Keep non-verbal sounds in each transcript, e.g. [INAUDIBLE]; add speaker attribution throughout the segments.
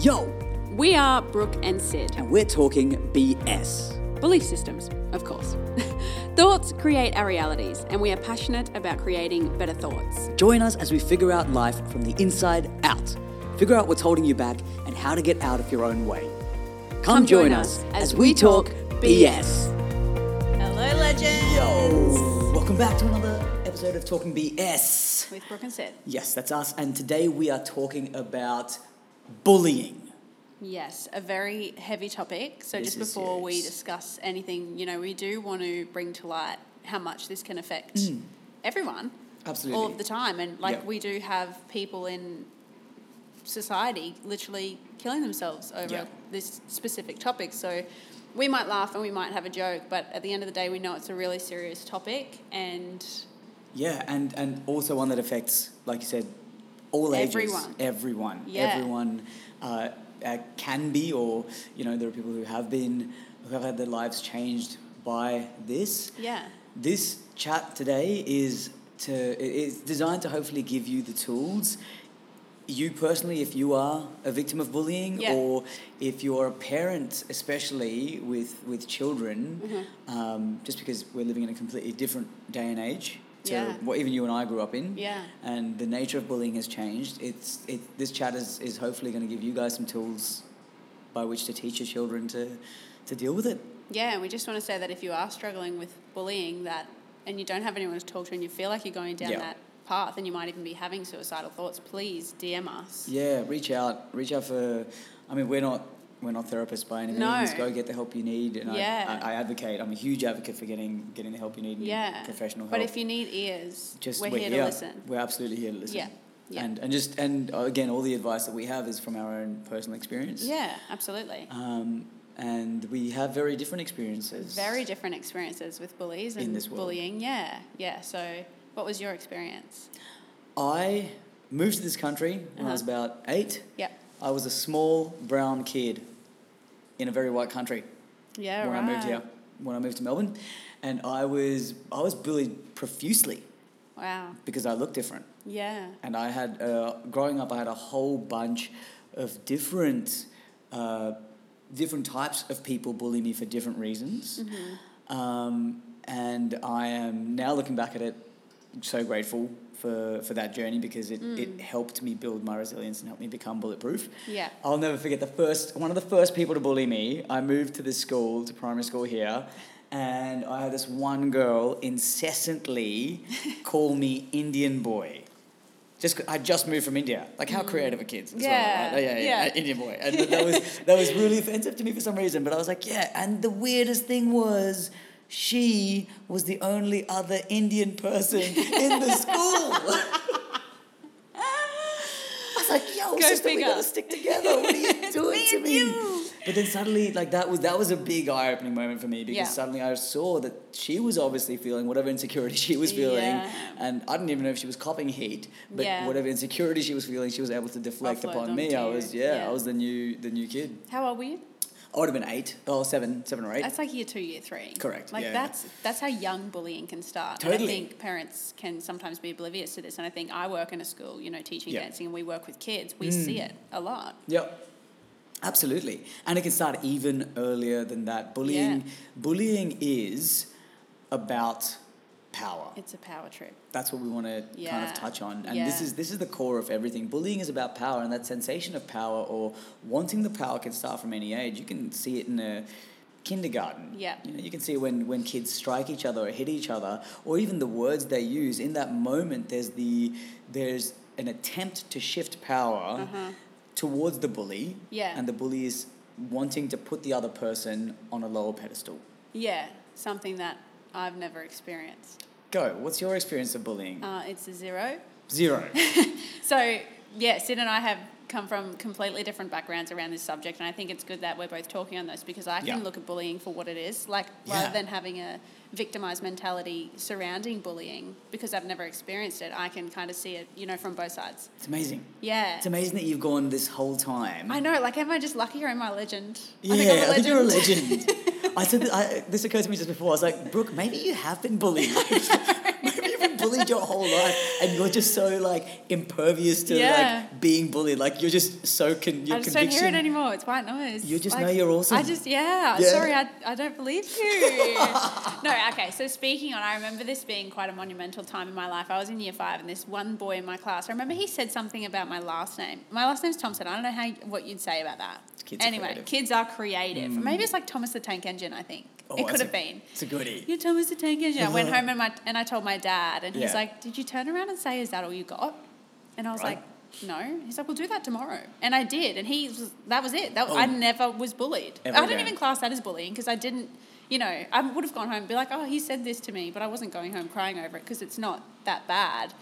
Speaker 1: Yo,
Speaker 2: We are Brooke and Sid.
Speaker 1: and we're talking BS.
Speaker 2: Belief systems, of course. [LAUGHS] thoughts create our realities, and we are passionate about creating better thoughts.
Speaker 1: Join us as we figure out life from the inside out. Figure out what's holding you back and how to get out of your own way. Come, join, us as, we talk BS.
Speaker 2: Hello, legend.
Speaker 1: Yo, welcome back to another episode of Talking BS.
Speaker 2: With Brooke and Sid.
Speaker 1: Yes, that's us, and today we are talking about bullying.
Speaker 2: Yes, a very heavy topic. So,
Speaker 1: This
Speaker 2: just
Speaker 1: is
Speaker 2: before we
Speaker 1: serious.
Speaker 2: discuss anything, you know, we do want to bring to light how much this can affect everyone
Speaker 1: Absolutely.
Speaker 2: all of the time. And, like,
Speaker 1: Yeah.
Speaker 2: we do have people in society literally killing themselves over
Speaker 1: Yeah.
Speaker 2: this specific topic. So, we might laugh and we might have a joke, but at the end of the day, we know it's a really serious topic and
Speaker 1: Yeah, and and also one that affects, like you said, all ages,
Speaker 2: Everyone.
Speaker 1: everyone,
Speaker 2: Yeah.
Speaker 1: everyone uh, uh, can be, or you know, there are people who have been, who have had their lives changed by this.
Speaker 2: yeah.
Speaker 1: This chat today is to it- it's designed to hopefully give you the tools. You personally, if you are a victim of bullying,
Speaker 2: Yeah.
Speaker 1: or if you're a parent, especially with with children,
Speaker 2: Mm-hmm.
Speaker 1: um, just because we're living in a completely different day and age to
Speaker 2: Yeah.
Speaker 1: what even you and I grew up in,
Speaker 2: Yeah.
Speaker 1: and the nature of bullying has changed. It's it, this chat is, is hopefully going to give you guys some tools by which to teach your children to to deal with it.
Speaker 2: Yeah, and we just want to say that if you are struggling with bullying that and you don't have anyone to talk to and you feel like you're going down
Speaker 1: Yeah.
Speaker 2: that path and you might even be having suicidal thoughts, please DM us.
Speaker 1: Yeah, reach out. Reach out for. I mean, we're not we're not therapists by any
Speaker 2: No.
Speaker 1: means. Go get the help you need, and
Speaker 2: Yeah.
Speaker 1: I, I, I advocate. I'm a huge advocate for getting getting the help you need. and
Speaker 2: Yeah.
Speaker 1: professional help.
Speaker 2: But if you need ears,
Speaker 1: just
Speaker 2: we're, here, to listen.
Speaker 1: We're absolutely here to listen.
Speaker 2: Yeah, yeah.
Speaker 1: And and just and uh, again, all the advice that we have is from our own personal experience.
Speaker 2: Yeah, absolutely.
Speaker 1: Um, and we have very different experiences.
Speaker 2: Very different experiences with bullies
Speaker 1: In
Speaker 2: and
Speaker 1: this world.
Speaker 2: bullying. Yeah, yeah. So, what was your experience?
Speaker 1: I moved to this country when I was
Speaker 2: Uh-huh.
Speaker 1: about eight.
Speaker 2: Yep.
Speaker 1: I was a small brown kid in a very white country.
Speaker 2: Yeah,
Speaker 1: when
Speaker 2: right.
Speaker 1: I moved here, when I moved to Melbourne, and I was I was bullied profusely
Speaker 2: Wow.
Speaker 1: because I looked different,
Speaker 2: Yeah.
Speaker 1: and I had uh, growing up I had a whole bunch of different uh, different types of people bully me for different reasons,
Speaker 2: Mm-hmm.
Speaker 1: um, and I am now looking back at it so grateful. For, for that journey because it, it helped me build my resilience and helped me become bulletproof.
Speaker 2: Yeah.
Speaker 1: I'll never forget the first one of the first people to bully me. I moved to this school, to primary school here, and I had this one girl incessantly call me Indian boy. Just 'cause- I just moved from India. Like how creative are kids? as well,
Speaker 2: Mm. Yeah,
Speaker 1: right? yeah, yeah,
Speaker 2: yeah.
Speaker 1: Indian boy, and that
Speaker 2: [LAUGHS]
Speaker 1: was that was really offensive to me for some reason. But I was like, yeah. And the weirdest thing was. She was the only other Indian person in
Speaker 2: [LAUGHS]
Speaker 1: the school. I was like, yo,
Speaker 2: Go
Speaker 1: sister, we
Speaker 2: figure.
Speaker 1: gotta stick together. What are
Speaker 2: [LAUGHS]
Speaker 1: you doing to
Speaker 2: and
Speaker 1: me?
Speaker 2: you.
Speaker 1: But then suddenly, like that was that was a big eye opening moment for me because
Speaker 2: Yeah.
Speaker 1: suddenly I saw that she was obviously feeling whatever insecurity she was feeling,
Speaker 2: Yeah.
Speaker 1: and I didn't even know if she was copying heat, but
Speaker 2: Yeah.
Speaker 1: whatever insecurity she was feeling, she was able to deflect
Speaker 2: Offload
Speaker 1: upon
Speaker 2: them
Speaker 1: me.
Speaker 2: to
Speaker 1: I
Speaker 2: you.
Speaker 1: was yeah,
Speaker 2: Yeah.
Speaker 1: I was the new the new kid.
Speaker 2: How old were you?
Speaker 1: I would have been eight or seven, seven or eight.
Speaker 2: That's like year two, year three.
Speaker 1: Correct,
Speaker 2: Like
Speaker 1: yeah.
Speaker 2: that's that's how young bullying can start. And I
Speaker 1: Totally.
Speaker 2: think parents can sometimes be oblivious to this. And I think I work in a school, you know, teaching
Speaker 1: Yeah. Mm.
Speaker 2: dancing, and we work with kids. We see it a lot.
Speaker 1: Yep. Absolutely. And it can start even earlier than that. Bullying bullying is about power.
Speaker 2: It's a power trip.
Speaker 1: That's what we want to kind
Speaker 2: Yeah.
Speaker 1: of touch on. And this
Speaker 2: Yeah.
Speaker 1: is this is the core of everything. Bullying is about power and that sensation of power or wanting the power can start from any age. You can see it in a kindergarten.
Speaker 2: Yeah.
Speaker 1: You know, you can see when when kids strike each other or hit each other or even the words they use in that moment there's the there's an attempt to shift power towards the bully.
Speaker 2: Uh-huh. Yeah.
Speaker 1: And the bully is wanting to put the other person on a lower pedestal.
Speaker 2: Yeah, something that I've never experienced.
Speaker 1: Go. What's your experience of bullying?
Speaker 2: Uh, it's a zero.
Speaker 1: Zero.
Speaker 2: So yeah, Sid and I have come from completely different backgrounds around this subject, and I think it's good that we're both talking on this because I can
Speaker 1: Yeah.
Speaker 2: look at bullying for what it is, like
Speaker 1: Yeah.
Speaker 2: rather than having a victimized mentality surrounding bullying because I've never experienced it. I can kind of see it, you know, from both sides.
Speaker 1: it's amazing.
Speaker 2: Yeah.
Speaker 1: It's amazing that you've gone this whole time.
Speaker 2: I know, like, am I just lucky or am I a legend?
Speaker 1: yeah,
Speaker 2: I
Speaker 1: I
Speaker 2: think I'm a
Speaker 1: think
Speaker 2: legend.
Speaker 1: you're a legend. [LAUGHS]
Speaker 2: [LAUGHS]
Speaker 1: I said that I, this occurred to me just before. I was like, Brooke, [LAUGHS] maybe you have been bullied. maybe you've been bullied your whole life, and you're just so like impervious to
Speaker 2: Yeah.
Speaker 1: like being bullied. Like you're just so con- your
Speaker 2: I just don't
Speaker 1: conviction.
Speaker 2: hear it anymore. It's white noise.
Speaker 1: You just know you're awesome.
Speaker 2: I just yeah.
Speaker 1: Yeah.
Speaker 2: Sorry, I, I don't believe
Speaker 1: [LAUGHS]
Speaker 2: you. no, okay. So speaking on, I remember this being quite a monumental time in my life. I was in year five, and this one boy in my class. I remember he said something about my last name. My last name's Thompson. I don't know how you- what you'd say about that.
Speaker 1: Kids are
Speaker 2: anyway,
Speaker 1: creative. Mm.
Speaker 2: kids are creative. Maybe it's like Thomas the Tank Engine. I think
Speaker 1: Oh,
Speaker 2: it
Speaker 1: that's
Speaker 2: could
Speaker 1: a-
Speaker 2: have been.
Speaker 1: It's a goodie.
Speaker 2: You Thomas the Tank Engine. I went
Speaker 1: Uh-huh.
Speaker 2: home and my and I told my dad, and he's
Speaker 1: Yeah.
Speaker 2: like, "Did you turn around and say, is that all you got?" And I was
Speaker 1: Right.
Speaker 2: like, "No." He's like, "We'll do that tomorrow," and I did, and he was, that was it. That
Speaker 1: Oh.
Speaker 2: I never was bullied.
Speaker 1: Ever
Speaker 2: I didn't
Speaker 1: again.
Speaker 2: even class that as bullying because I didn't. You know, I would have gone home and be like, "Oh, he said this to me," but I wasn't going home crying over it because it's not that bad,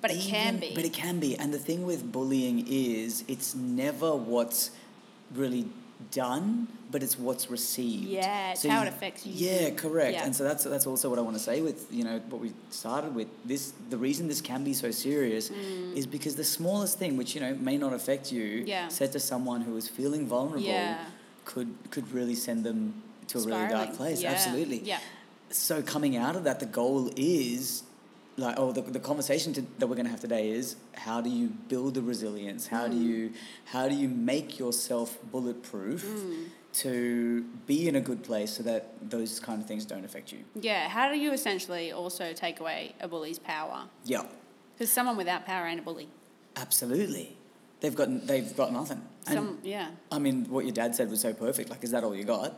Speaker 2: but it can
Speaker 1: Even-
Speaker 2: be.
Speaker 1: But it can be. And the thing with bullying is it's never what's really done, but it's what's received.
Speaker 2: Yeah, it's how it affects you.
Speaker 1: Yeah, correct.
Speaker 2: Yeah.
Speaker 1: And so that's that's also what I want to say with, you know, what we started with. This the reason this can be so serious is because the smallest thing which, you know, may not affect you
Speaker 2: Mm. Yeah.
Speaker 1: said to someone who is feeling vulnerable
Speaker 2: Yeah.
Speaker 1: could could really send them to a really dark
Speaker 2: Spiraling.
Speaker 1: place.
Speaker 2: Yeah.
Speaker 1: Absolutely
Speaker 2: Yeah.
Speaker 1: so coming out of that the goal is like oh the, the conversation to, that we're going to have today is how do you build the resilience how do you how do you make yourself bulletproof to be in a good place so that those kind of things don't affect you
Speaker 2: Yeah. How do you essentially also take away a bully's power?
Speaker 1: yeah
Speaker 2: Because someone without power ain't a bully.
Speaker 1: absolutely they've got they've got nothing and
Speaker 2: Some, yeah.
Speaker 1: i mean what your dad said was so perfect like is that all you got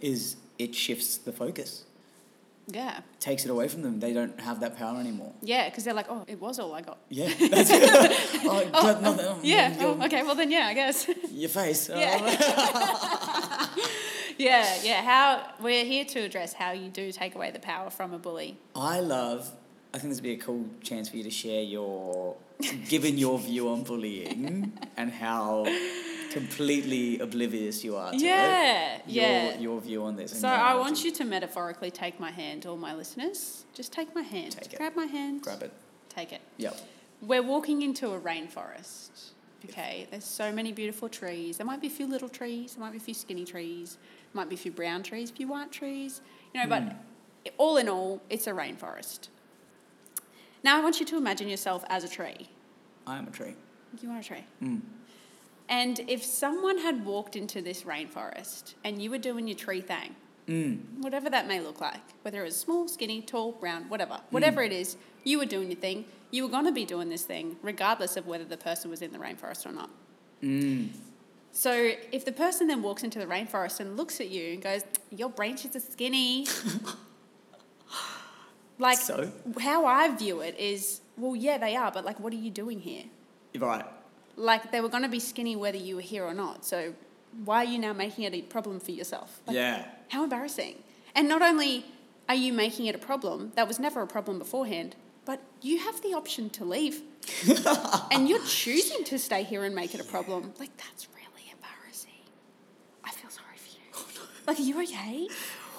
Speaker 1: is it shifts the focus
Speaker 2: Yeah.
Speaker 1: takes it away from them they don't have that power anymore
Speaker 2: Yeah, because they're like, oh, it was all I got.
Speaker 1: yeah [LAUGHS] that's it oh, God, nothing. Oh,
Speaker 2: [LAUGHS] Yeah.
Speaker 1: you're-
Speaker 2: oh, okay. Well, then, yeah, I guess. [LAUGHS]
Speaker 1: your face.
Speaker 2: Yeah.
Speaker 1: [LAUGHS]
Speaker 2: [LAUGHS] yeah. Yeah. How we're here to address how you do take away the power from a bully.
Speaker 1: I love. I think this would be a cool chance for you to share your, given your view on
Speaker 2: [LAUGHS]
Speaker 1: bullying and how completely oblivious you are to it.
Speaker 2: yeah.
Speaker 1: Your,
Speaker 2: yeah.
Speaker 1: Your view on this. and
Speaker 2: so
Speaker 1: your
Speaker 2: I
Speaker 1: knowledge.
Speaker 2: want you to metaphorically take my hand, all my listeners. Just take my hand.
Speaker 1: Take it.
Speaker 2: Grab my hand.
Speaker 1: Grab it.
Speaker 2: Take it.
Speaker 1: Yep.
Speaker 2: We're walking into a rainforest. Okay, there's so many beautiful trees. There might be a few little trees, there might be a few skinny trees, might be a few brown trees, a few white trees, you know, but all in all, it's a rainforest. Now I want you to imagine yourself as a tree.
Speaker 1: I am a tree. Mm.
Speaker 2: You are a tree. And if someone had walked into this rainforest and you were doing your tree thing,
Speaker 1: Mm.
Speaker 2: whatever that may look like, whether it was small, skinny, tall, brown, whatever, whatever it is, you were doing your thing. You were going to be doing this thing regardless of whether the person was in the rainforest or not.
Speaker 1: Mm.
Speaker 2: So if the person then walks into the rainforest and looks at you and goes, Your branches are skinny. like,
Speaker 1: So?
Speaker 2: how I view it is, well, yeah, they are, but like, what are you doing here?
Speaker 1: Right.
Speaker 2: like they were going to be skinny whether you were here or not. So why are you now making it a problem for yourself? Like,
Speaker 1: yeah.
Speaker 2: How embarrassing. And not only are you making it a problem, that was never a problem beforehand, but you have the option
Speaker 1: [LAUGHS]
Speaker 2: to leave. and you're choosing to stay here and make it a problem. Like that's really embarrassing. I feel sorry for you. Like are you okay?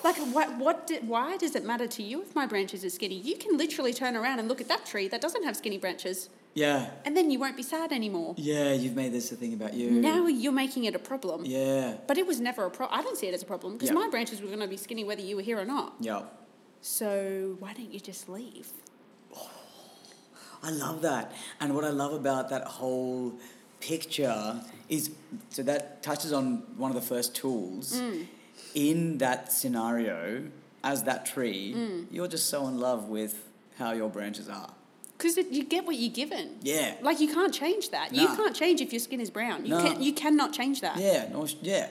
Speaker 2: Like what what di- why does it matter to you if my branches are skinny? You can literally turn around and look at that tree that doesn't have skinny branches
Speaker 1: Yeah.
Speaker 2: and then you won't be sad anymore.
Speaker 1: Yeah. You've made this a thing about you.
Speaker 2: Now you're making it a problem.
Speaker 1: Yeah.
Speaker 2: But it was never a problem. I don't see it as a problem because
Speaker 1: Yeah.
Speaker 2: my branches were going to be skinny whether you were here or not.
Speaker 1: Yep.
Speaker 2: So why don't you just leave?
Speaker 1: I love that. And what I love about that whole picture is so that touches on one of the first tools. In that scenario, as that tree, you're just so in love with how your branches are.
Speaker 2: Because you get what you're given.
Speaker 1: Yeah.
Speaker 2: Like you can't change that. You
Speaker 1: Nah.
Speaker 2: can't change if your skin is brown. You,
Speaker 1: Nah.
Speaker 2: can, you cannot change that.
Speaker 1: Yeah, no, sh- yeah.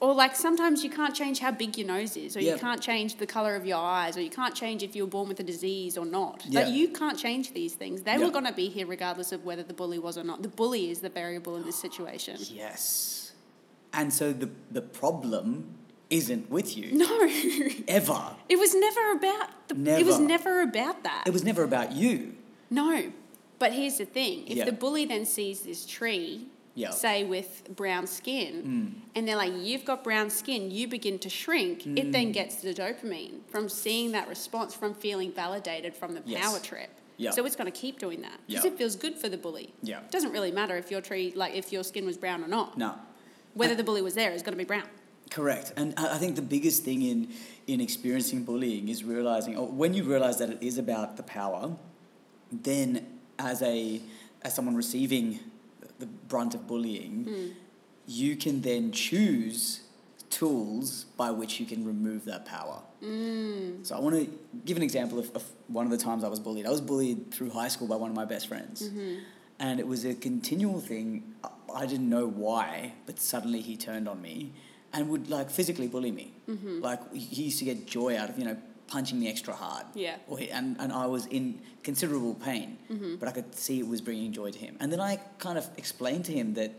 Speaker 2: Or like sometimes you can't change how big your nose is, or
Speaker 1: Yeah.
Speaker 2: you can't change the color of your eyes, or you can't change if you were born with a disease or not.
Speaker 1: Yeah.
Speaker 2: Like you can't change these things. They
Speaker 1: Yeah.
Speaker 2: were going to be here regardless of whether the bully was or not. The bully is the variable in
Speaker 1: [GASPS]
Speaker 2: this situation.
Speaker 1: Yes. And so the, the problem isn't with you
Speaker 2: No. [LAUGHS]
Speaker 1: ever.
Speaker 2: It was never about the, It was
Speaker 1: Never.
Speaker 2: never about that.
Speaker 1: It was never about you.
Speaker 2: no, but here's the thing: if
Speaker 1: Yeah.
Speaker 2: the bully then sees this tree,
Speaker 1: Yeah. Mm.
Speaker 2: say with brown skin, and they're like, "You've got brown skin," you begin to shrink.
Speaker 1: Mm.
Speaker 2: It then gets the dopamine from seeing that response, from feeling validated from the
Speaker 1: Yes.
Speaker 2: power trip.
Speaker 1: Yeah.
Speaker 2: So it's going to keep doing that because
Speaker 1: Yeah.
Speaker 2: it feels good for the bully.
Speaker 1: Yeah.
Speaker 2: It doesn't really matter if your tree, like if your skin was brown or not.
Speaker 1: No.
Speaker 2: Whether the bully was there is going to be brown.
Speaker 1: Correct, and I I think the biggest thing in in experiencing bullying is realizing, or when you realize that it is about the power, then as a as someone receiving the brunt of bullying, you can then choose tools by which you can remove that power. So I want to give an example of, of one of the times I was bullied. I was bullied through high school by one of my best friends. And it was a continual thing. I- I didn't know why, but suddenly he turned on me and would like physically bully me. Like he used to get joy out of, you know, punching me extra hard.
Speaker 2: Yeah.
Speaker 1: Or he, and, and I was in considerable pain, but I could see it was bringing joy to him. And then I kind of explained to him that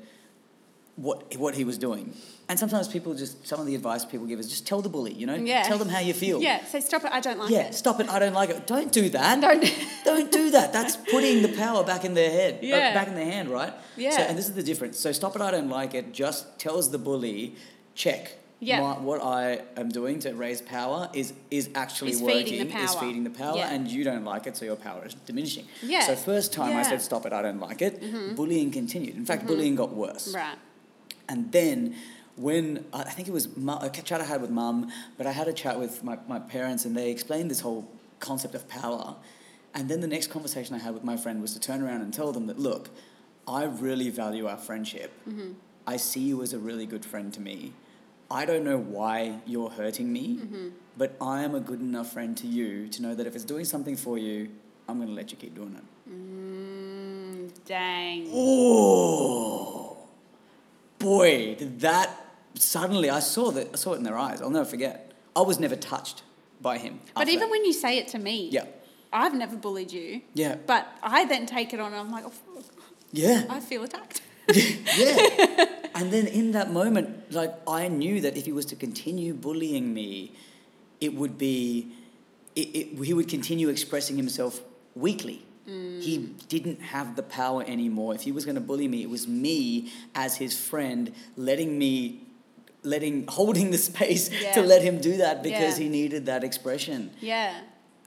Speaker 1: what what he was doing. And sometimes people just some of the advice people give is just tell the bully, you know,
Speaker 2: Yeah.
Speaker 1: tell them how you feel.
Speaker 2: Yeah, say stop it. I don't like
Speaker 1: Yeah,
Speaker 2: it.
Speaker 1: stop it. I don't like it. Don't do that.
Speaker 2: Don't-
Speaker 1: [LAUGHS] Don't do that. That's putting the power back in their head, uh,
Speaker 2: Yeah.
Speaker 1: back in their hand, right? So,
Speaker 2: Yeah.
Speaker 1: and this is the difference. So, stop it. I don't like it. Just tells the bully, check.
Speaker 2: Yeah.
Speaker 1: my- what I am doing to raise power is is actually
Speaker 2: Is
Speaker 1: working.
Speaker 2: feeding the
Speaker 1: Is
Speaker 2: power.
Speaker 1: feeding the power,
Speaker 2: Yeah.
Speaker 1: and you don't like it, so your power is diminishing.
Speaker 2: Yeah.
Speaker 1: So first time I
Speaker 2: Yeah. Mm-hmm.
Speaker 1: said stop it, I don't like it. Bullying continued. In fact, bullying got worse.
Speaker 2: Right.
Speaker 1: And then when I I think it was mu- a chat I had with mum, but I had a chat with my, my parents and they explained this whole concept of power. And then the next conversation I had with my friend was to turn around and tell them that, look, I really value our friendship. I see you as a really good friend to me. I don't know why you're hurting me, but I am a good enough friend to you to know that if it's doing something for you, I'm going to let you keep doing it.
Speaker 2: Mm, dang.
Speaker 1: Oh boy, did that suddenly I saw that I saw it in their eyes. I'll never forget. I was never touched by him.
Speaker 2: But
Speaker 1: after
Speaker 2: even
Speaker 1: that.
Speaker 2: when you say it to me,
Speaker 1: Yeah.
Speaker 2: I've never bullied you.
Speaker 1: Yeah.
Speaker 2: But I then take it on and I'm like, oh, fuck,
Speaker 1: Yeah.
Speaker 2: I feel attacked.
Speaker 1: [LAUGHS] Yeah.
Speaker 2: [LAUGHS]
Speaker 1: and then in that moment, like I knew that if he was to continue bullying me, it would be it, it, he would continue expressing himself weakly.
Speaker 2: Mm.
Speaker 1: He didn't have the power anymore. If he was going to bully me, it was me as his friend letting me letting [LAUGHS] holding the space to
Speaker 2: Yeah.
Speaker 1: let him do that because
Speaker 2: Yeah.
Speaker 1: he needed that expression.
Speaker 2: Yeah.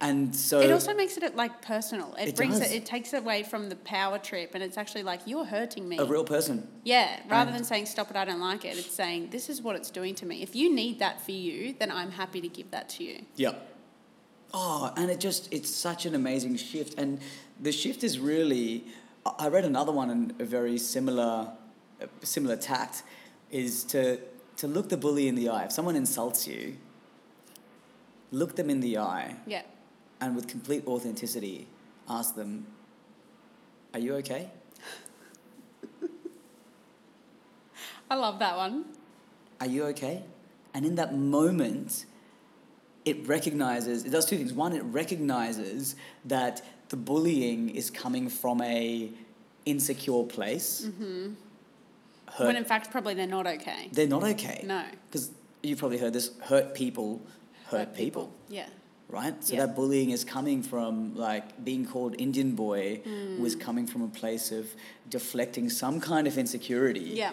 Speaker 1: And so
Speaker 2: it also makes it like personal. It,
Speaker 1: It
Speaker 2: brings
Speaker 1: does.
Speaker 2: it. It takes it away from the power trip, and it's actually like you're hurting me.
Speaker 1: a real person.
Speaker 2: yeah. Rather
Speaker 1: and-
Speaker 2: than saying stop it, I don't like it. It's saying this is what it's doing to me. If you need that for you, then I'm happy to give that to you.
Speaker 1: Yeah. Oh, and it just, it's such an amazing shift. And the shift is really, I I read another one in a very similar, uh, similar tact, is to, to look the bully in the eye. If someone insults you, look them in the eye
Speaker 2: Yeah.
Speaker 1: and with complete authenticity ask them, Are you okay?
Speaker 2: I love that one.
Speaker 1: Are you okay? And in that moment, it recognizes, it does two things. One, it recognizes that the bullying is coming from a insecure place. Hurt.
Speaker 2: Mm-hmm. When in fact, probably they're not okay.
Speaker 1: They're not okay.
Speaker 2: No.
Speaker 1: Because you've probably heard this hurt people hurt,
Speaker 2: Hurt
Speaker 1: people.
Speaker 2: Yeah.
Speaker 1: right? So
Speaker 2: Yeah.
Speaker 1: that bullying is coming from like being called Indian boy was
Speaker 2: Mm.
Speaker 1: coming from a place of deflecting some kind of insecurity
Speaker 2: Yeah.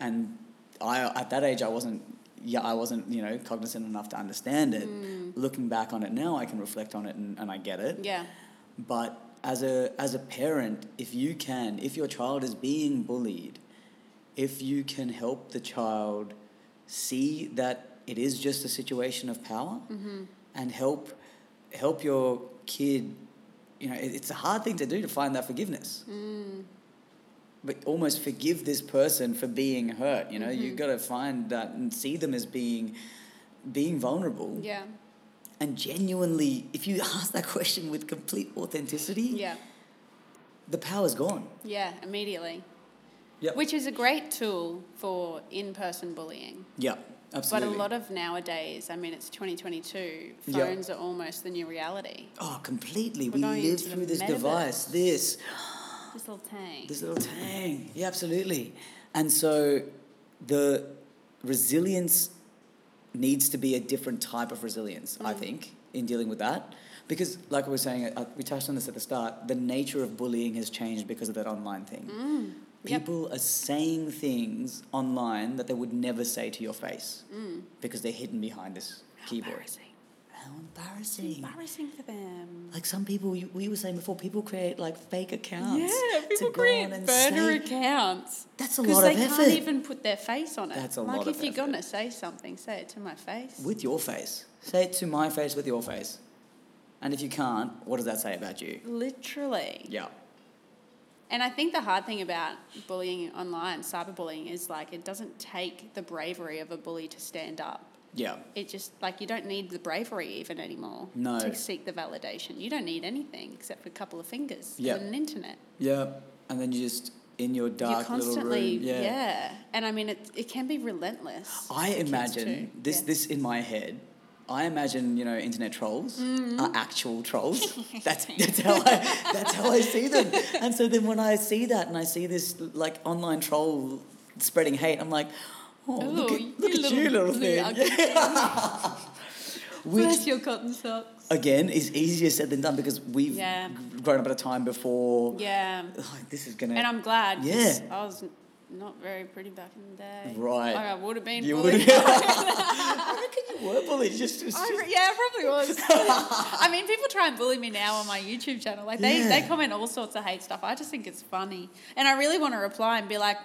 Speaker 1: and I at that age I wasn't yeah I wasn't you know cognizant enough to understand it. Looking back on it now, I can reflect on it and, and I get it.
Speaker 2: Yeah.
Speaker 1: But as a as a parent, if you can, if your child is being bullied, if you can help the child see that it is just a situation of power, and help help your kid, you know, it, it's a hard thing to do to find that forgiveness. But almost forgive this person for being hurt. You know, you've got to find that and see them as being being vulnerable
Speaker 2: Yeah.
Speaker 1: and genuinely if you [LAUGHS] ask that question with complete authenticity
Speaker 2: Yeah.
Speaker 1: the power's gone
Speaker 2: Yeah. Immediately.
Speaker 1: Yep.
Speaker 2: Which is a great tool for in-person bullying.
Speaker 1: yeah
Speaker 2: But a
Speaker 1: absolutely
Speaker 2: lot of nowadays, I mean, it's 2022,
Speaker 1: Yeah.
Speaker 2: phones are almost the new reality.
Speaker 1: oh completely
Speaker 2: We're
Speaker 1: we
Speaker 2: going
Speaker 1: live
Speaker 2: into the
Speaker 1: through this
Speaker 2: metaverse.
Speaker 1: device this
Speaker 2: This little tank.
Speaker 1: this little tang yeah absolutely and so the resilience needs to be a different type of resilience
Speaker 2: Mm.
Speaker 1: i think in dealing with that because like we were saying uh, we touched on this at the start the nature of bullying has changed because of that online thing
Speaker 2: Mm. Yep.
Speaker 1: People are saying things online that they would never say to your face because they're hidden behind this keyboard. Hmm.
Speaker 2: Mm. Embarrassing.
Speaker 1: How embarrassing.
Speaker 2: Embarrassing for them.
Speaker 1: Like some people, you, we were saying before, people create like fake accounts.
Speaker 2: Yeah,
Speaker 1: to
Speaker 2: people
Speaker 1: go
Speaker 2: create
Speaker 1: on and
Speaker 2: burner
Speaker 1: say-
Speaker 2: accounts.
Speaker 1: That's a
Speaker 2: Because
Speaker 1: lot
Speaker 2: they
Speaker 1: of
Speaker 2: can't
Speaker 1: effort.
Speaker 2: even put their face on it.
Speaker 1: That's a
Speaker 2: like
Speaker 1: lot
Speaker 2: if
Speaker 1: of
Speaker 2: you're
Speaker 1: effort.
Speaker 2: gonna say something, say it to my face.
Speaker 1: With your face. Say it to my face with your face. And if you can't, what does that say about you?
Speaker 2: Literally.
Speaker 1: Yeah.
Speaker 2: And I think the hard thing about bullying online, cyberbullying, is like it doesn't take the bravery of a bully to stand up.
Speaker 1: Yeah.
Speaker 2: It just like you don't need the bravery even anymore
Speaker 1: No.
Speaker 2: to seek the validation. You don't need anything except for a couple of fingers
Speaker 1: Yeah.
Speaker 2: and an internet.
Speaker 1: Yeah. And then you just in your dark
Speaker 2: You're constantly
Speaker 1: little room. Yeah. Oh,
Speaker 2: And I mean it it can be relentless.
Speaker 1: I
Speaker 2: for kids
Speaker 1: imagine
Speaker 2: too.
Speaker 1: this
Speaker 2: Yeah.
Speaker 1: this in my head. I imagine you know internet trolls
Speaker 2: Mm-hmm.
Speaker 1: are actual
Speaker 2: [LAUGHS]
Speaker 1: trolls. That's that's how I that's how I see them. And so then when I see that and I see this like online troll spreading hate, I'm like, oh look
Speaker 2: Ooh,
Speaker 1: at, look at you little thing,
Speaker 2: ugly
Speaker 1: [LAUGHS] which
Speaker 2: Where's your cotton socks?
Speaker 1: again is easier said than done because we've
Speaker 2: Yeah.
Speaker 1: g- grown up at a time before.
Speaker 2: Yeah.
Speaker 1: Like this is gonna.
Speaker 2: And I'm glad. 'cause
Speaker 1: Yeah.
Speaker 2: I was n- not very pretty back in the day.
Speaker 1: Right.
Speaker 2: Like I would have been.
Speaker 1: you would.
Speaker 2: [LAUGHS] bullied.
Speaker 1: you [LAUGHS] were bullied. Just, just,
Speaker 2: I, re- yeah, I probably was.
Speaker 1: [LAUGHS]
Speaker 2: I mean, people try and bully me now on my YouTube channel. Like they,
Speaker 1: Yeah.
Speaker 2: they comment all sorts of hate stuff. I just think it's funny, and I really want to reply and be like,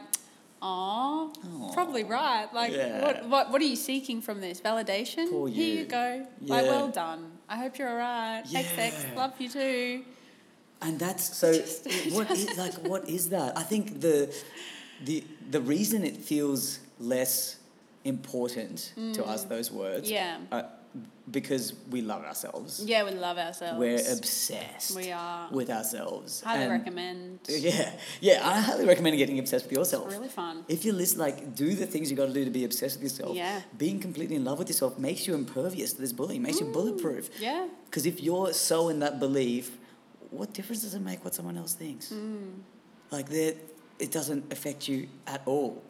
Speaker 2: "Aw, probably right. Like,
Speaker 1: Yeah.
Speaker 2: what, what, what are you seeking from this validation?
Speaker 1: Poor
Speaker 2: Here
Speaker 1: you.
Speaker 2: you go. Like,
Speaker 1: Yeah.
Speaker 2: well done. I hope you're all right. XX,
Speaker 1: Yeah.
Speaker 2: love you too.
Speaker 1: And that's so.
Speaker 2: Just- [LAUGHS]
Speaker 1: it- what is like? What is that? I think the the the reason it feels less important to us those words,
Speaker 2: Mm. Yeah.
Speaker 1: uh, because we love ourselves.
Speaker 2: Yeah, we love ourselves.
Speaker 1: We're obsessed.
Speaker 2: We are.
Speaker 1: with ourselves.
Speaker 2: Highly
Speaker 1: And-
Speaker 2: recommend.
Speaker 1: [LAUGHS] Yeah, yeah. I highly recommend getting obsessed with yourself.
Speaker 2: Really fun.
Speaker 1: If you list like do the things you got to do to be obsessed with yourself.
Speaker 2: Yeah.
Speaker 1: Being completely in love with yourself makes you impervious to this bullying. Makes
Speaker 2: Mm.
Speaker 1: you bulletproof.
Speaker 2: Yeah.
Speaker 1: Because if you're so in that belief, what difference does it make what someone else thinks? Like that, it doesn't affect you at all,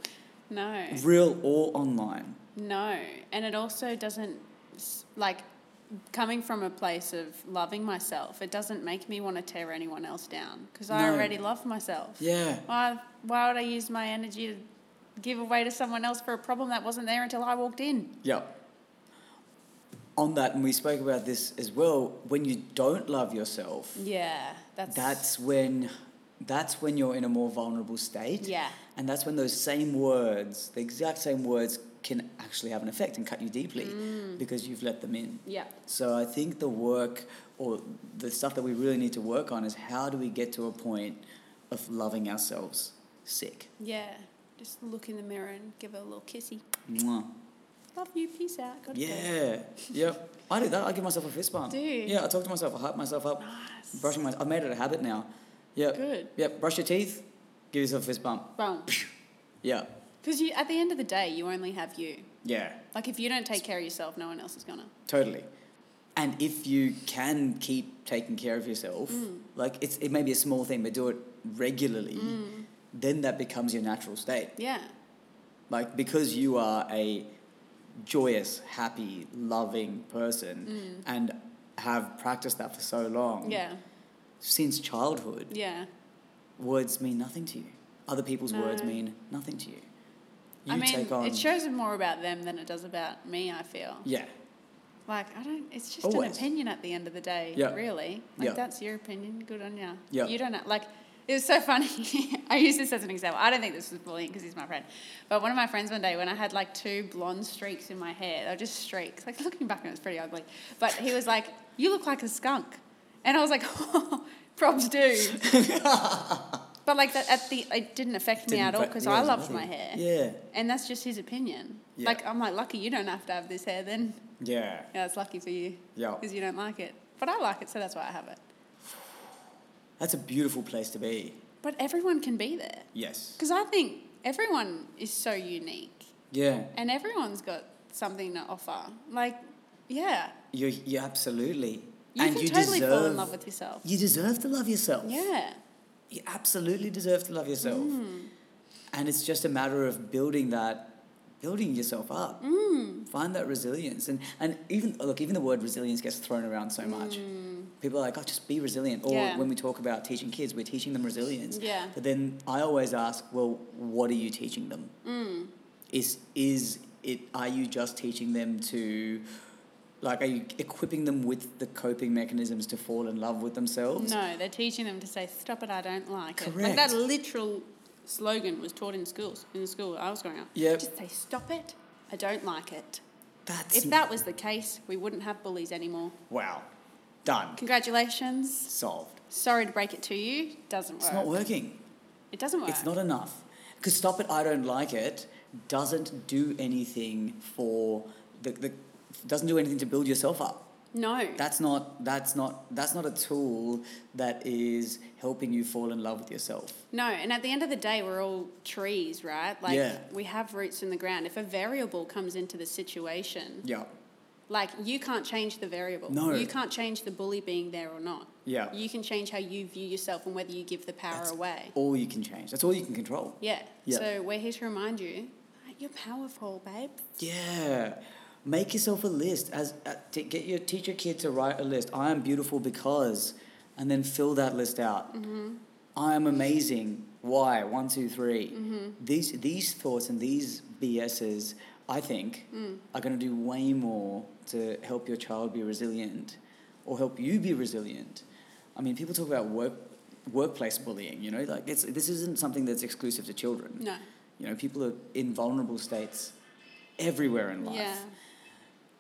Speaker 2: No.
Speaker 1: real or online.
Speaker 2: No, and it also doesn't s- like coming from a place of loving myself. It doesn't make me want to tear anyone else down because I
Speaker 1: No.
Speaker 2: already love myself.
Speaker 1: Yeah.
Speaker 2: Why? Why would I use my energy to give away to someone else for a problem that wasn't there until I walked in?
Speaker 1: Yeah. On that, and we spoke about this as well. When you don't love yourself,
Speaker 2: Yeah, that's
Speaker 1: that's when, that's when you're in a more vulnerable state.
Speaker 2: yeah,
Speaker 1: And that's when those same words, the exact same words, can actually have an effect and cut you deeply
Speaker 2: Mm.
Speaker 1: because you've let them in.
Speaker 2: yeah,
Speaker 1: So I think the work or the stuff that we really need to work on is how do we get to a point of loving ourselves sick?
Speaker 2: yeah. Just look in the mirror and give her a little kissy.
Speaker 1: Mwah.
Speaker 2: Love you. Peace out. Gotta go.
Speaker 1: Yeah. Yep. I do that. I give myself a fist bump.
Speaker 2: Do you?
Speaker 1: Yeah, I talk to myself. I hype myself up.
Speaker 2: Nice.
Speaker 1: Brushing my I've made it a habit now. Yep.
Speaker 2: Good.
Speaker 1: Yep. Brush your teeth. Give yourself a fist bump.
Speaker 2: Boom.
Speaker 1: Yeah.
Speaker 2: Because you, at the end of the day, you only have you.
Speaker 1: Yeah.
Speaker 2: Like if you don't take care of yourself, no one else is gonna.
Speaker 1: Totally. And if you can keep taking care of yourself,
Speaker 2: Mm.
Speaker 1: like it's, it may be a small thing, but do it regularly,
Speaker 2: Mm.
Speaker 1: then that becomes your natural state.
Speaker 2: Yeah.
Speaker 1: Like because you are a joyous, happy, loving person and have practiced that for so long,
Speaker 2: Mm. Yeah.
Speaker 1: since childhood,
Speaker 2: Yeah.
Speaker 1: words mean nothing to you. Other people's words
Speaker 2: No.
Speaker 1: mean nothing to you. You
Speaker 2: I mean,
Speaker 1: take on
Speaker 2: it shows more about them than it does about me, I feel.
Speaker 1: Yeah.
Speaker 2: Like, I don't, it's just an
Speaker 1: Always.
Speaker 2: opinion at the end of the day,
Speaker 1: Yeah.
Speaker 2: really. Like,
Speaker 1: Yeah.
Speaker 2: that's your opinion. Good on ya.
Speaker 1: Yeah.
Speaker 2: You don't know, like, it was so funny. [LAUGHS] I use this as an example. I don't think this was bullying because he's my friend. But one of my friends one day, when I had like two blonde streaks in my hair, they were just streaks. Like, [LAUGHS] looking back on it, it's pretty ugly. But he was like, You look like a skunk. And I was like, [LAUGHS] Probs do.
Speaker 1: [LAUGHS]
Speaker 2: but like, that at the, it didn't affect me
Speaker 1: Didn't
Speaker 2: at all
Speaker 1: fa-
Speaker 2: because
Speaker 1: yeah,
Speaker 2: I
Speaker 1: it's
Speaker 2: loved my
Speaker 1: nothing.
Speaker 2: hair.
Speaker 1: Yeah.
Speaker 2: And that's just his opinion.
Speaker 1: Yeah.
Speaker 2: Like, I'm like, lucky you don't have to have this hair then.
Speaker 1: Yeah.
Speaker 2: Yeah, it's lucky for you.
Speaker 1: Yeah.
Speaker 2: Because you don't like it. But I like it, so that's why I have it.
Speaker 1: That's a beautiful place to be.
Speaker 2: But everyone can be there.
Speaker 1: Yes.
Speaker 2: Because I think everyone is so unique
Speaker 1: Yeah.
Speaker 2: and everyone's got something to offer. Like, yeah,
Speaker 1: You, you absolutely.
Speaker 2: you
Speaker 1: and
Speaker 2: can
Speaker 1: you
Speaker 2: totally
Speaker 1: deserve,
Speaker 2: fall in love with yourself.
Speaker 1: You deserve to love yourself.
Speaker 2: Yeah.
Speaker 1: You absolutely deserve to love yourself.
Speaker 2: Mm.
Speaker 1: And it's just a matter of building that, building yourself up.
Speaker 2: Mm.
Speaker 1: Find that resilience. And, and even, look, even the word resilience gets thrown around so much. People are like, oh, just be resilient. Or
Speaker 2: Mm. Yeah.
Speaker 1: when we talk about teaching kids, we're teaching them resilience.
Speaker 2: Yeah.
Speaker 1: But then I always ask, well, what are you teaching them?
Speaker 2: Mm.
Speaker 1: Is, is it, are you just teaching them to, like, are you equipping them with the coping mechanisms to fall in love with themselves?
Speaker 2: No, they're teaching them to say, stop it, I don't like it. Like,
Speaker 1: Correct.
Speaker 2: that literal slogan was taught in schools, in the school I was growing up.
Speaker 1: Yep.
Speaker 2: Just say, stop it, I don't like it.
Speaker 1: That's
Speaker 2: If that was the case, we wouldn't have bullies anymore.
Speaker 1: Wow. Done.
Speaker 2: Congratulations.
Speaker 1: Solved.
Speaker 2: Sorry to break it to you. Doesn't work.
Speaker 1: It's not working.
Speaker 2: It doesn't work.
Speaker 1: It's not enough. Because Stop It, I Don't Like It doesn't do anything for the, the doesn't do anything to build yourself up.
Speaker 2: No.
Speaker 1: That's not that's not that's not a tool that is helping you fall in love with yourself.
Speaker 2: No, and at the end of the day, we're all trees, right? Like
Speaker 1: Yeah.
Speaker 2: we have roots in the ground. If a variable comes into the situation,
Speaker 1: Yeah.
Speaker 2: like you can't change the variable.
Speaker 1: No.
Speaker 2: You can't change the bully being there or not.
Speaker 1: Yeah.
Speaker 2: You can change how you view yourself and whether you give the power
Speaker 1: That's
Speaker 2: away.
Speaker 1: All you can change. That's all you can control.
Speaker 2: Yeah.
Speaker 1: Yeah.
Speaker 2: So we're here to remind you, like, you're powerful, babe.
Speaker 1: Yeah. Make yourself a list. As uh, t- get your teach your kid to write a list. I am beautiful because, and then fill that list out. I am amazing. Why? One, two, three. These these thoughts and these BSs, I think, are going to do way more to help your child be resilient, or help you be resilient. I mean, people talk about work workplace bullying. You know, like it's this isn't something that's exclusive to children.
Speaker 2: No.
Speaker 1: You know, people are in vulnerable states everywhere in life.
Speaker 2: Yeah.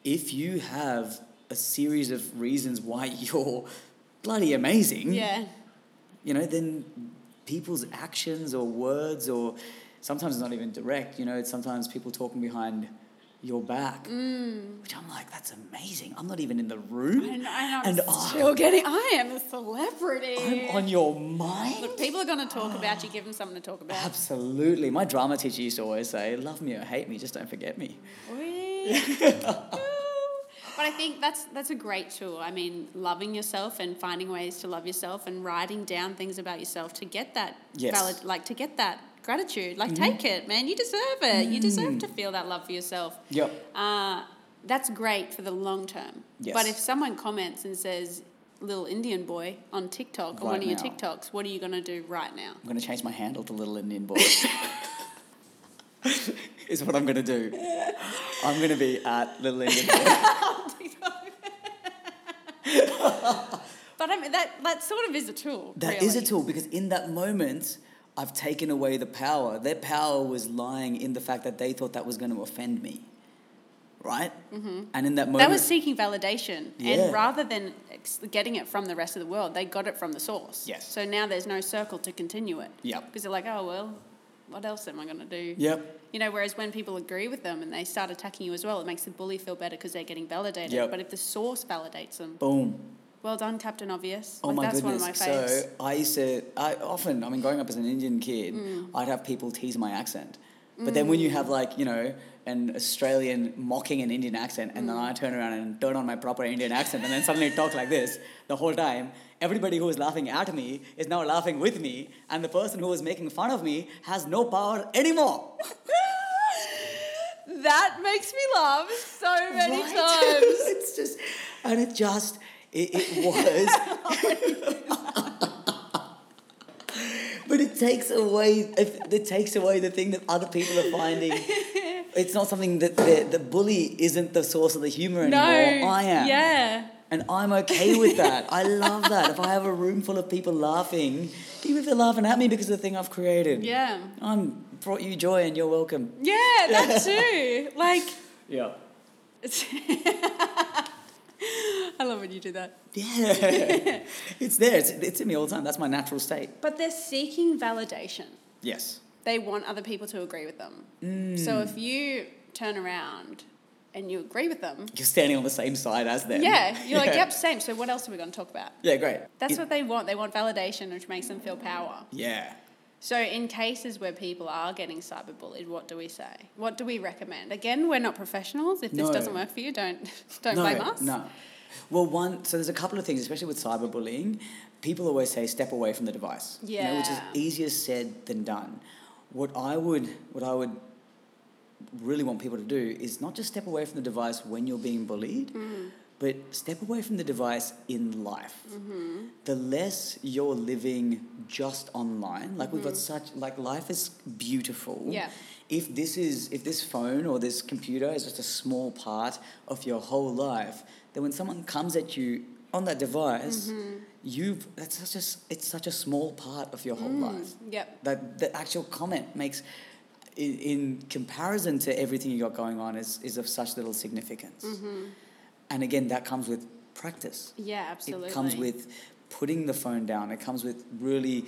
Speaker 1: If you have a series of reasons why [LAUGHS] you're bloody amazing,
Speaker 2: Yeah.
Speaker 1: you know, then people's actions or words or sometimes it's not even direct, you know, it's sometimes people talking behind your back.
Speaker 2: Mm.
Speaker 1: Which I'm like, that's amazing. I'm not even in the room.
Speaker 2: And, and I'm
Speaker 1: And I-
Speaker 2: still getting. I am a celebrity.
Speaker 1: I'm on your mind.
Speaker 2: Look, people are going to talk about you. Give them something to talk about.
Speaker 1: Absolutely. My drama teacher used to always say, love me or hate me, just don't forget me.
Speaker 2: [LAUGHS] but I think that's that's a great tool. I mean, loving yourself and finding ways to love yourself and writing down things about yourself to get that
Speaker 1: Yes. Mm-hmm.
Speaker 2: valid, like to get that gratitude. Like, take it, man. You deserve it. You
Speaker 1: Mm.
Speaker 2: deserve to feel that love for yourself.
Speaker 1: Yep.
Speaker 2: Uh, that's great for the long term.
Speaker 1: Yes.
Speaker 2: But if someone comments and says, "Little Indian boy" on TikTok or
Speaker 1: Right
Speaker 2: one of your
Speaker 1: now.
Speaker 2: TikToks, what are you gonna do right now?
Speaker 1: I'm going to change my handle to Little Indian [LAUGHS] Boy. is what I'm going to do. I'm going to be at Little Indian [LAUGHS] Boy.
Speaker 2: But I mean, that that sort of is a tool.
Speaker 1: That is a tool because in that moment, I've taken away the power. Their power was lying in the fact that they thought that was going to offend me. Right? Mm-hmm. And in that moment,
Speaker 2: They were seeking validation,
Speaker 1: Yeah.
Speaker 2: and rather than ex- getting it from the rest of the world, they got it from the source.
Speaker 1: Yes.
Speaker 2: So now there's no circle to continue it.
Speaker 1: Yep.
Speaker 2: Because they're like, oh well, what else am I going to do?
Speaker 1: Yep.
Speaker 2: You know, whereas when people agree with them and they start attacking you as well, it makes the bully feel better because they're getting validated.
Speaker 1: Yep.
Speaker 2: But if the source validates them,
Speaker 1: boom.
Speaker 2: well done, Captain Obvious.
Speaker 1: Oh
Speaker 2: Like,
Speaker 1: my
Speaker 2: that's
Speaker 1: goodness!
Speaker 2: one of my faves.
Speaker 1: so I used to, I often, I mean, growing up as an Indian kid,
Speaker 2: Hmm.
Speaker 1: I'd have people tease my accent. But then when you have like you know an Australian mocking an Indian accent, and then
Speaker 2: Hmm.
Speaker 1: I turn around and turn on my proper Indian accent, and then suddenly talk like this the whole time, everybody who was laughing at me is now laughing with me, and the person who was making fun of me has no power anymore.
Speaker 2: that makes me laugh so many
Speaker 1: Right?
Speaker 2: times.
Speaker 1: [LAUGHS] it's just, and it just, it, it was. [LAUGHS] but it takes away, if it takes away the thing that other people are finding. It's not something that the, the bully isn't the source of the humor
Speaker 2: No,
Speaker 1: anymore. I am.
Speaker 2: Yeah.
Speaker 1: And I'm okay with that. I love that. If I have a room full of people laughing, even if they're laughing at me because of the thing I've created,
Speaker 2: Yeah.
Speaker 1: I'm brought you joy and you're welcome.
Speaker 2: Yeah,
Speaker 1: [LAUGHS]
Speaker 2: that too. like,
Speaker 1: Yeah.
Speaker 2: [LAUGHS] I love when you do that.
Speaker 1: Yeah. [LAUGHS] it's there. It's, it's in me all the time. That's my natural state.
Speaker 2: But they're seeking validation.
Speaker 1: Yes.
Speaker 2: They want other people to agree with them.
Speaker 1: Mm.
Speaker 2: So if you turn around and you agree with them,
Speaker 1: You're standing on the same side as them.
Speaker 2: yeah, you're like,
Speaker 1: Yeah.
Speaker 2: yep, same. So what else are we going to talk about?
Speaker 1: [LAUGHS] Yeah, great.
Speaker 2: That's
Speaker 1: It-
Speaker 2: what they want. They want validation, which makes them feel power.
Speaker 1: Yeah.
Speaker 2: So, in cases where people are getting cyberbullied, what do we say? What do we recommend? Again, we're not professionals. If this
Speaker 1: No.
Speaker 2: doesn't work for you, don't [LAUGHS] don't
Speaker 1: no,
Speaker 2: blame us.
Speaker 1: No. Well, one, so there's a couple of things, especially with cyberbullying. People always say step away from the device. you know, which is
Speaker 2: Yeah.
Speaker 1: easier said than done. What I would, what I would really want people to do is not just step away from the device when you're being bullied,
Speaker 2: Mm.
Speaker 1: but step away from the device in life.
Speaker 2: Mm-hmm.
Speaker 1: The less you're living just online, like we've got such like life is beautiful.
Speaker 2: Yeah.
Speaker 1: If this is if this phone or this computer is just a small part of your whole life, then when someone comes at you on that device, you've that's such a s- it's such a small part of your whole life.
Speaker 2: Mm. Yep.
Speaker 1: That the actual comment makes, in, in comparison to everything you got going on, is, is of such little significance. And again, that comes with practice.
Speaker 2: Yeah, absolutely.
Speaker 1: It comes with putting the phone down. It comes with really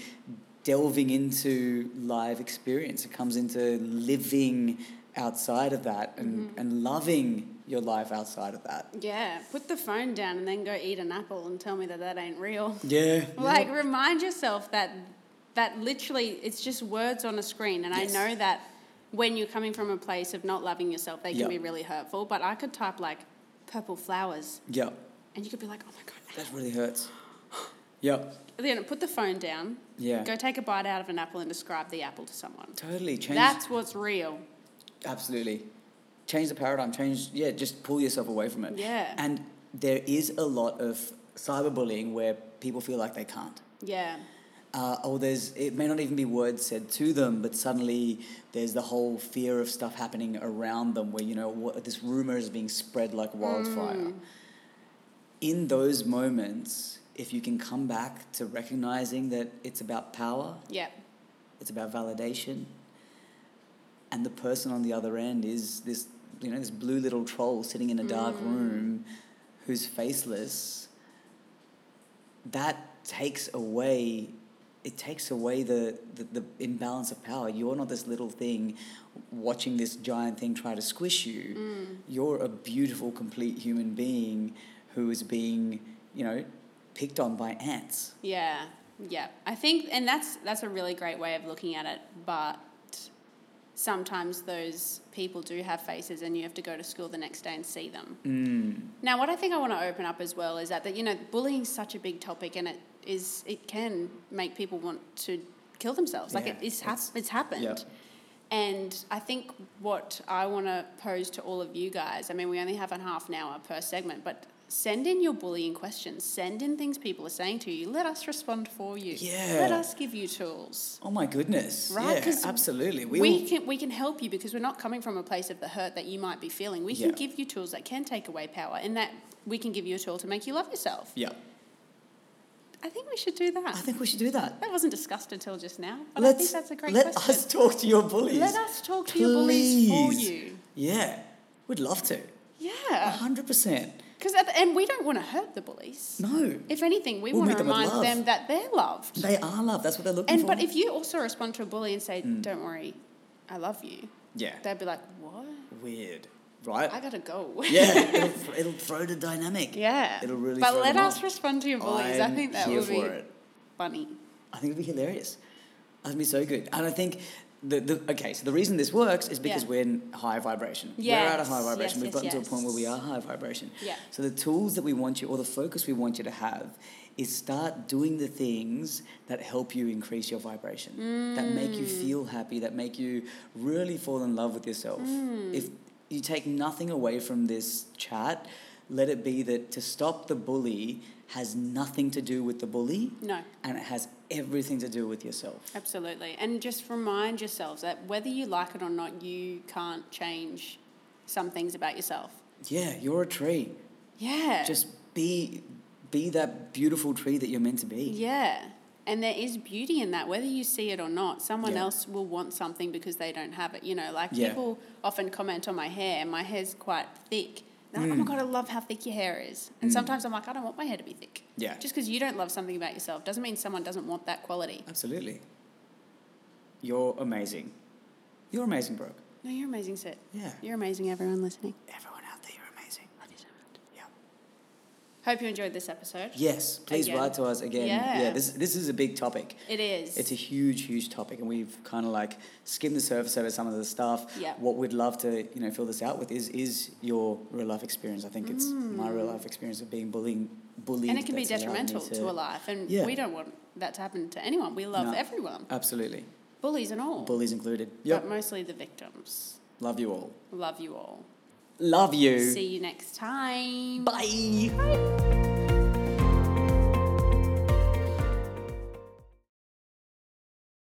Speaker 1: delving into live experience. It comes into living outside of that and,
Speaker 2: Mm-hmm.
Speaker 1: and loving your life outside of that.
Speaker 2: Yeah, put the phone down and then go eat an apple and tell me that that ain't real.
Speaker 1: Yeah.
Speaker 2: Like remind yourself that that literally it's just words on a screen and
Speaker 1: Yes.
Speaker 2: I know that when you're coming from a place of not loving yourself they
Speaker 1: Yeah.
Speaker 2: can be really hurtful, but I could type like purple flowers
Speaker 1: yeah.
Speaker 2: and you could be like, "Oh my god."
Speaker 1: That really
Speaker 2: [SIGHS]
Speaker 1: hurts. Yep.
Speaker 2: Then put the phone down.
Speaker 1: Yeah.
Speaker 2: Go take a bite out of an apple and describe the apple to someone.
Speaker 1: Totally change.
Speaker 2: That's what's real.
Speaker 1: Absolutely. Change the paradigm, change, yeah, just pull yourself away from it.
Speaker 2: Yeah.
Speaker 1: And there is a lot of cyberbullying where people feel like they can't.
Speaker 2: Yeah.
Speaker 1: Uh, or there's, it may not even be words said to them, but suddenly there's the whole fear of stuff happening around them where, you know, what, this rumor is being spread like wildfire. In those moments, if you can come back to recognizing that it's about power,
Speaker 2: Yeah.
Speaker 1: it's about validation and the person on the other end is this you know this blue little troll sitting in a dark room who's faceless that takes away it takes away the, the, the imbalance of power you're not this little thing watching this giant thing try to squish you you're a beautiful complete human being who is being you know picked on by ants
Speaker 2: Yeah, yeah. I think, and that's that's a really great way of looking at it. But sometimes those people do have faces, and you have to go to school the next day and see them.
Speaker 1: Mm.
Speaker 2: Now, what I think I want to open up as well is that, that you know bullying is such a big topic, and it is it can make people want to kill themselves. Like
Speaker 1: Yeah,
Speaker 2: it is hap-
Speaker 1: it's-
Speaker 2: it's happened.
Speaker 1: yeah.
Speaker 2: And I think what I want to pose to all of you guys, I mean, we only have a half an hour per segment, but send in your bullying questions. Send in things people are saying to you. Let us respond for you.
Speaker 1: Yeah.
Speaker 2: Let us give you tools.
Speaker 1: oh my goodness
Speaker 2: Right,
Speaker 1: yeah
Speaker 2: 'cause
Speaker 1: absolutely
Speaker 2: We,
Speaker 1: all-
Speaker 2: can we can help you because we're not coming from a place of the hurt that you might be feeling. We can
Speaker 1: Yeah.
Speaker 2: give you tools that can take away power, and that we can give you a tool to make you love yourself.
Speaker 1: yeah
Speaker 2: I think we should do that.
Speaker 1: I think we should do that.
Speaker 2: that wasn't discussed until just now, but
Speaker 1: let's
Speaker 2: I think that's a great
Speaker 1: let
Speaker 2: question.
Speaker 1: us talk to your bullies.
Speaker 2: let us talk to your bullies for
Speaker 1: Please.
Speaker 2: you.
Speaker 1: Yeah, we'd love to.
Speaker 2: Yeah.
Speaker 1: hundred percent.
Speaker 2: Because at the end, we don't want to hurt the bullies.
Speaker 1: No,
Speaker 2: If anything, we
Speaker 1: We'll
Speaker 2: want
Speaker 1: meet
Speaker 2: to
Speaker 1: them with
Speaker 2: remind
Speaker 1: love.
Speaker 2: them that they're loved.
Speaker 1: they are love. That's what they're looking
Speaker 2: And
Speaker 1: for. Mm.
Speaker 2: but if you also respond to a bully and say, "Don't worry, I love you,"
Speaker 1: yeah,
Speaker 2: they'd be like, "What?
Speaker 1: weird, right?
Speaker 2: I gotta go."
Speaker 1: yeah, it'll, th- it'll throw the dynamic.
Speaker 2: yeah.
Speaker 1: It'll really
Speaker 2: But
Speaker 1: throw
Speaker 2: let
Speaker 1: them
Speaker 2: us
Speaker 1: off.
Speaker 2: respond to your bullies. i
Speaker 1: I'm
Speaker 2: think that
Speaker 1: here
Speaker 2: would be
Speaker 1: for it.
Speaker 2: funny.
Speaker 1: I think it'd be hilarious. That'd be so good. And I think the, the okay, so the reason this works is because
Speaker 2: Yeah.
Speaker 1: we're in high vibration. we're at a high
Speaker 2: Yes,
Speaker 1: vibration.
Speaker 2: yes,
Speaker 1: We've gotten
Speaker 2: yes,
Speaker 1: to a point where we
Speaker 2: yes.
Speaker 1: are high vibration.
Speaker 2: Yeah.
Speaker 1: So the tools that we want you or the focus we want you to have is start doing the things that help you increase your vibration. That make you feel happy, that make you really fall in love with yourself. If you take nothing away from this chat, let it be that to stop the bully has nothing to do with the bully
Speaker 2: No,
Speaker 1: and it has everything to do with yourself.
Speaker 2: absolutely. And just remind yourselves that whether you like it or not, you can't change some things about yourself.
Speaker 1: Yeah, you're a tree.
Speaker 2: Yeah.
Speaker 1: Just be be that beautiful tree that you're meant to be.
Speaker 2: Yeah. And there is beauty in that, whether you see it or not. Someone
Speaker 1: Yeah.
Speaker 2: else will want something because they don't have it. You know, like
Speaker 1: Yeah.
Speaker 2: people often comment on my hair, and my hair's quite thick. They're
Speaker 1: Mm.
Speaker 2: like, oh my God, I love how thick your hair is. And sometimes I'm like, I don't want my hair to be thick.
Speaker 1: Yeah.
Speaker 2: Just because you don't love something about yourself doesn't mean someone doesn't want that quality.
Speaker 1: Absolutely. You're amazing. You're amazing, Brooke.
Speaker 2: No, you're amazing, Sid.
Speaker 1: Yeah.
Speaker 2: You're amazing, everyone listening.
Speaker 1: Everyone out there, you're amazing. Yeah.
Speaker 2: Hope you enjoyed this episode.
Speaker 1: Yes, please
Speaker 2: Again.
Speaker 1: write to us again. Yeah.
Speaker 2: Yeah.
Speaker 1: this this is a big topic.
Speaker 2: It is.
Speaker 1: It's a huge, huge topic, and we've kind of like skimmed the surface over some of the stuff.
Speaker 2: Yeah.
Speaker 1: What we'd love to, you know, fill this out with is is your real life experience. I think it's my real life experience of being bullying, bullied,
Speaker 2: Mm. and it can be
Speaker 1: that's allowed me
Speaker 2: detrimental to, a life. And
Speaker 1: Yeah.
Speaker 2: we don't want that to happen to anyone. We love
Speaker 1: No.
Speaker 2: everyone,
Speaker 1: Absolutely,
Speaker 2: bullies and all.
Speaker 1: bullies included. Yep,
Speaker 2: But mostly the victims.
Speaker 1: love you all.
Speaker 2: Love you all.
Speaker 1: Love you.
Speaker 2: See you next time.
Speaker 1: Bye.
Speaker 2: Bye.